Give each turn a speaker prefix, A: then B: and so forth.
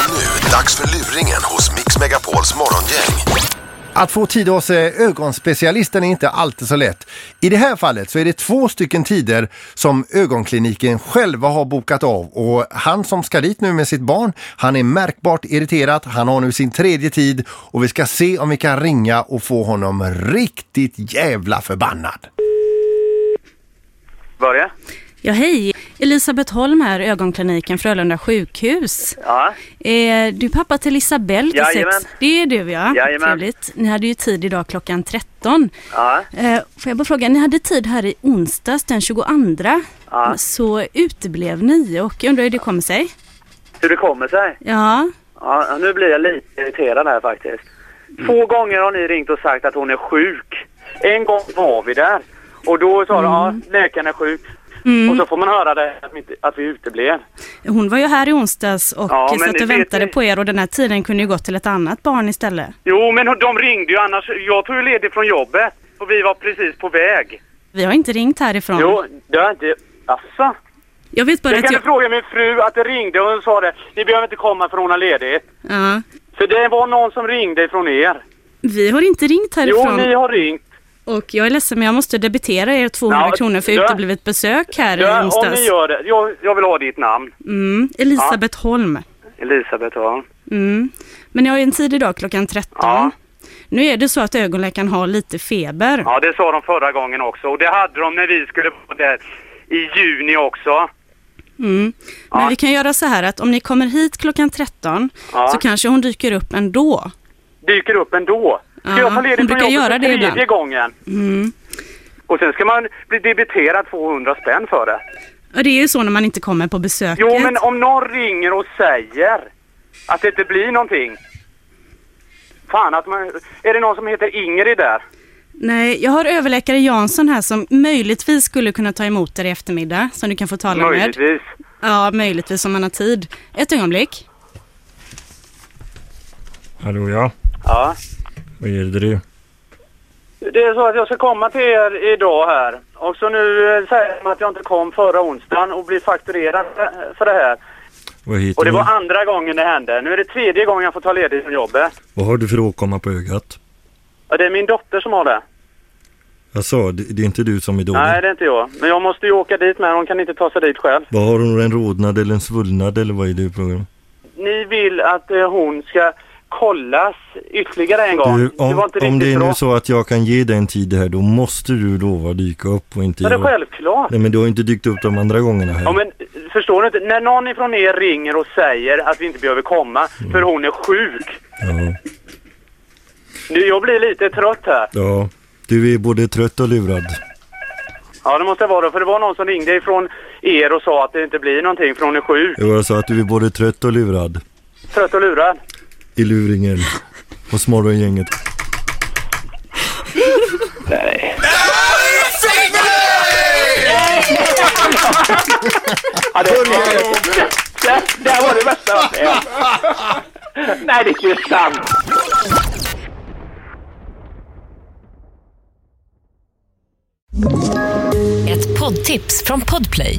A: Dags för luringen hos Mix Megapols morgongäng.
B: Att få tid hos eh, ögonspecialisten är inte alltid så lätt. I det här fallet så är det två stycken tider som ögonkliniken själva har bokat av och han som ska dit nu med sitt barn, han är märkbart irriterad. Han har nu sin tredje tid och vi ska se om vi kan ringa och få honom riktigt jävla förbannad.
C: Börje?
D: Ja, hej! Elisabeth Holm här, ögonkliniken Frölunda sjukhus.
C: Ja.
D: Eh, du är pappa till Isabelle till
C: Jajamän.
D: sex. Det är du ja.
C: Jajamän.
D: Trevligt. Ni hade ju tid idag klockan 13.
C: Ja.
D: Eh, får jag bara fråga, ni hade tid här i onsdags den 22. Så uteblev ni och jag undrar hur det kommer sig?
C: Hur det kommer sig?
D: Ja,
C: Ja, nu blir jag lite irriterad här faktiskt. Två gånger har ni ringt och sagt att hon är sjuk. En gång var vi där och då sa de ja, läkaren är sjuk. Och så får man höra det att vi, inte- att vi uteblev.
D: hon var ju här i onsdags och
C: Ja, men
D: satt
C: ni
D: och
C: vet
D: väntade
C: ni-
D: på er och den här tiden kunde ju gått till ett annat barn istället.
C: Jo, men de ringde ju annars. Jag tog ju ledigt från jobbet och vi var precis på väg.
D: Vi har inte ringt härifrån.
C: Jo, det har inte... Asså?
D: Jag vet bara
C: Jag
D: att
C: kan
D: jag...
C: fråga min fru att det ringde och hon sa det. Ni behöver inte komma för hon har ledigt.
D: Ja.
C: För det var någon som ringde från er.
D: Vi har inte ringt
C: Jo,
D: härifrån.
C: ni har ringt.
D: Och jag är ledsen men jag måste debitera er 200
C: Ja,
D: kronor för
C: ja.
D: uteblivet besök här i
C: Ja, om
D: onsdags.
C: ni gör det. Jag, jag vill ha ditt namn.
D: Mm, Elisabeth Holm.
C: Elisabeth Holm.
D: Mm. Men jag har ju en tid idag klockan 13.
C: Ja.
D: Nu är det så att ögonläkaren har lite feber.
C: Ja, det sa de förra gången också. Och det hade de när vi skulle vara där i juni också.
D: Mm. Men
C: Ja.
D: vi kan göra så här att om ni kommer hit klockan 13
C: Ja.
D: så kanske hon dyker upp ändå.
C: Dyker upp ändå. Ska
D: Ja,
C: jag ta
D: hon
C: ledigt från
D: brukar
C: jobbet
D: göra
C: för
D: det
C: tredje
D: ibland.
C: gången?
D: Mm.
C: Och sen ska man bli debiterad 200 spänn för det.
D: Och det är ju så när man inte kommer på besöket.
C: Jo, men om någon ringer och säger att det inte blir någonting. Fan att man... Är det någon som heter Ingrid där?
D: Nej, jag har överläkare Jansson här som möjligtvis skulle kunna ta emot er i eftermiddag som du kan få tala med.
C: Möjligtvis.
D: Ja, möjligtvis om man har tid. Ett ögonblick.
E: Hallå ja,
C: Ja.
E: vad gäller det?
C: Det är så att jag ska komma till er idag här. Och så nu eh, säger de att jag inte kom förra onsdagen och blir fakturerad eh, för det här.
E: Vad heter
C: Och det
E: du?
C: var andra gången det hände. Nu är det tredje gången jag får ta ledigt från jobbet.
E: Vad har du för åkomma på ögat?
C: Ja, det är min dotter som har det.
E: Jag sa, det, det är inte du som är dålig.
C: Nej, det är inte jag. Men jag måste ju åka dit med. Hon kan inte ta sig dit själv.
E: Vad har hon, en rodnad eller en svullnad eller vad är det för problem?
C: Ni vill att eh, hon ska kollas ytterligare en gång.
E: Du,
C: det var
E: om,
C: inte
E: om
C: riktigt
E: det är
C: bra.
E: nu så att jag kan ge dig en tid här, då måste du lova att dyka upp och inte...
C: Men det är
E: göra-
C: självklart.
E: Nej men du har ju inte dykt upp de andra gångerna här.
C: Ja, men eh, förstår du inte? När någon ifrån er ringer och säger att vi inte behöver komma
E: Mm.
C: för hon är sjuk.
E: Ja,
C: Nu, jag blir lite trött här.
E: ja. Du är både trött och lurad.
C: Ja, det måste jag vara. För det var någon som ringde ifrån er och sa att det inte blir någonting för hon är sjuk.
E: Jo, Jag sa att du är både trött och lurad.
C: Trött och lurad.
E: I luringen. Hos morgongänget.
C: Ja, det, det, det var det värsta jag varit med om. Nej, det är inte sant.
F: Ett poddtips från Podplay.